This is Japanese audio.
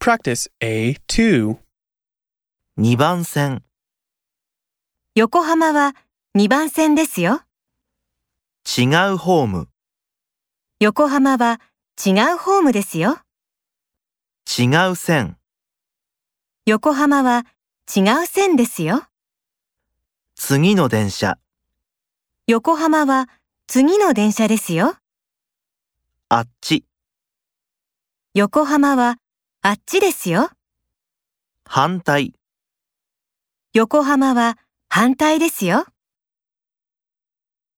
Practice A2. 2番線、横浜は2番線ですよ。違うホーム、横浜は違うホームですよ。違う線、横浜は違う線ですよ。次の電車、横浜は次の電車ですよ。あっち、横浜はあっちですよ。反対。横浜は反対ですよ。